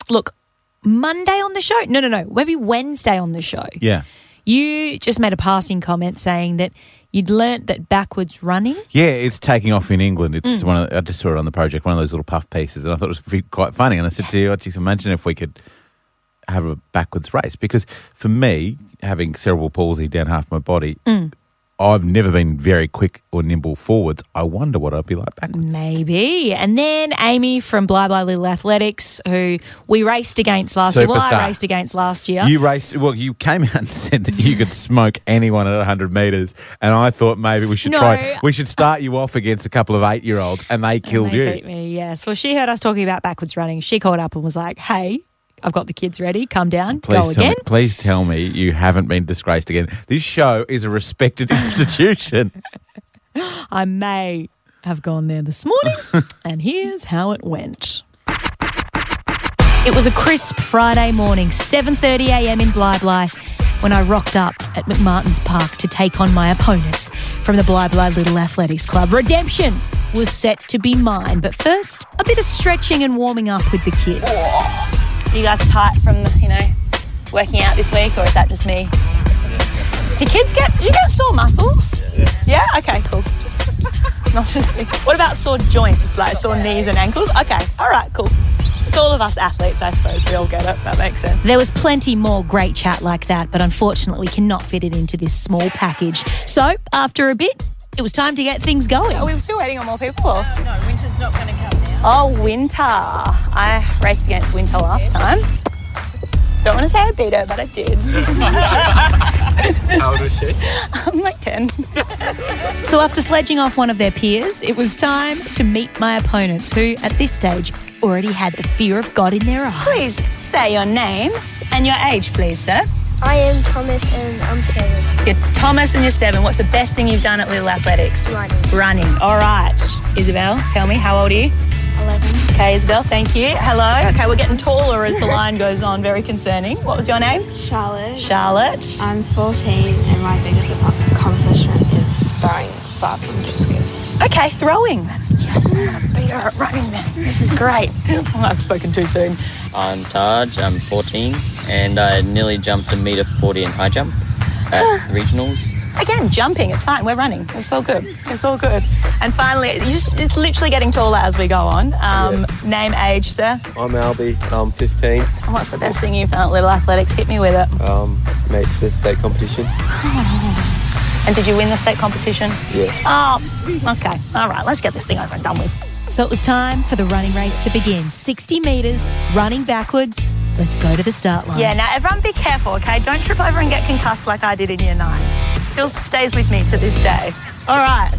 ask, look, Monday on the show? No, no, no. Maybe Wednesday on the show. Yeah. You just made a passing comment saying that you'd learnt that backwards running. Yeah, it's taking off in England. It's one of the, I just saw it on the project, one of those little puff pieces, and I thought it was pretty, quite funny. And I said to you, I just imagine if we could have a backwards race because for me, having cerebral palsy down half my body, I've never been very quick or nimble forwards. I wonder what I'd be like backwards. Maybe. And then Amy from Blah Blah Little Athletics, who we raced against last year. Well, I Superstar. raced against last year. You race well. You came out and said that you could smoke anyone at 100 meters, and I thought maybe we should No. try. We should start you off against a couple of eight-year-olds, and they killed They you. beat me, yes. Well, she heard us talking about backwards running. She called up and was like, hey, I've got the kids ready. Come down. Please go tell again. Me, please tell me you haven't been disgraced again. This show is a respected institution. I may have gone there this morning, and here's how it went. It was a crisp Friday morning, 7:30 a.m. in Blibli, when I rocked up at McMartin's Park to take on my opponents from the Blibli Little Athletics Club. Redemption was set to be mine, but first, a bit of stretching and warming up with the kids. Are you guys tight from the, you know, working out this week, or is that just me? Do kids get do you get sore muscles? Yeah. Okay. Cool. Just, not just me. What about sore joints, like sore knees and ankles? Okay. All right. Cool. It's all of us athletes, I suppose. We all get it. That makes sense. There was plenty more great chat like that, but unfortunately, we cannot fit it into this small package. So, after a bit, it was time to get things going. Are we still waiting on more people? Or? No, winter's not going to come now. Oh, winter! I raced against winter last time. Don't want to say I beat her, but I did. How old was she? I'm like ten. So, after sledging off one of their peers, it was time to meet my opponents, who at this stage already had the fear of God in their eyes. Please say your name and your age, please, sir. I am Thomas and I'm seven. You're Thomas and you're seven. What's the best thing you've done at Little Athletics? Running. Running. All right. Isabel, tell me, how old are you? Eleven. Okay, Isabel, thank you. Hello. Okay, we're getting taller as the line goes on. Very concerning. What was your name? Charlotte. Charlotte. I'm 14 and my biggest accomplishment is throwing far from discus. Okay, throwing. That's just beater at running then. This is great. Well, I've spoken too soon. I'm Taj, I'm 14, and I nearly jumped a metre 40 in high jump at regionals. Again, jumping. It's fine. We're running. It's all good. It's all good. And finally, it's, just, it's literally getting taller as we go on. Um, Name, age, sir. I'm Albie, I'm 15, What's the best thing you've done at Little Athletics? Hit me with it. um, mate for the state competition. And did you win the state competition? Yeah. Oh, okay. All right, let's get this thing over and done with. So, it was time for the running race to begin 60 metres, running backwards. Let's go to the start line. Yeah, now everyone be careful, okay? Don't trip over and get concussed like I did in year nine. It still stays with me to this day. All right.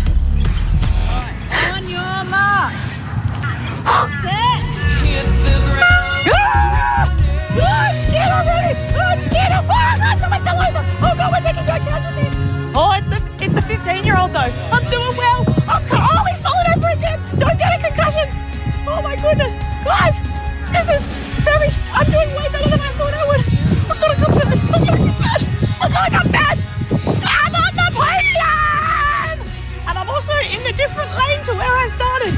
Ah! Ah, I'm scared already. I'm scared. Oh, God, someone fell over. Oh, God, we're taking no casualties. Oh, it's the, it's the 15 year old, though. I'm doing well. I'm co- oh, he's fallen over again. Don't get a concussion. Oh, my goodness. Guys, this is very. Sh- I'm doing way better than I thought I would. I'm going to come back. I'm going to I'm going to come back. I'm on the podium. And I'm also in a different lane to where I started.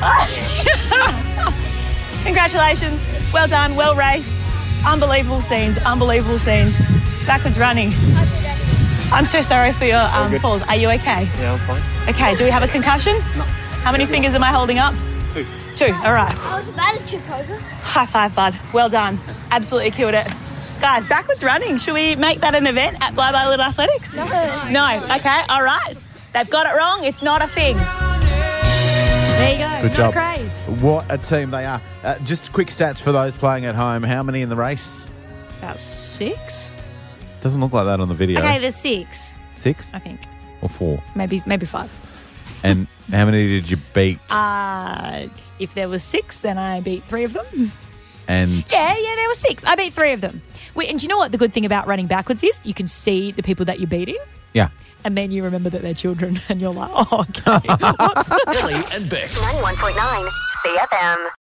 Congratulations. Well done. Well raced. Unbelievable scenes. Unbelievable scenes. Backwards running. I'm so sorry for your um, falls. Are you okay? Yeah, I'm fine. Okay. Do we have a concussion? No. How many fingers am I holding up? Two. Two. All right. I was about to trip over. High five, bud. Well done. Absolutely killed it. Guys, backwards running. Should we make that an event at Bye Bye Little Athletics? No. No. Okay. All right. They've got it wrong. It's not a thing. There you go. no Good job. craze. What a team they are. Uh, just quick stats for those playing at home. How many in the race? About six? Doesn't look like that on the video. Okay, there's six, Six I think. or four? Maybe maybe five. And how many did you beat? Uh, if there was six, then I beat three of them. and Yeah, yeah, there were six. I beat three of them. Wait, and do you know what the good thing about running backwards is? You can see the people that you're beating, yeah. and then you remember that they're children, and you're like, oh, okay. Whoops. Ellie and Bex. 91.9 CFM.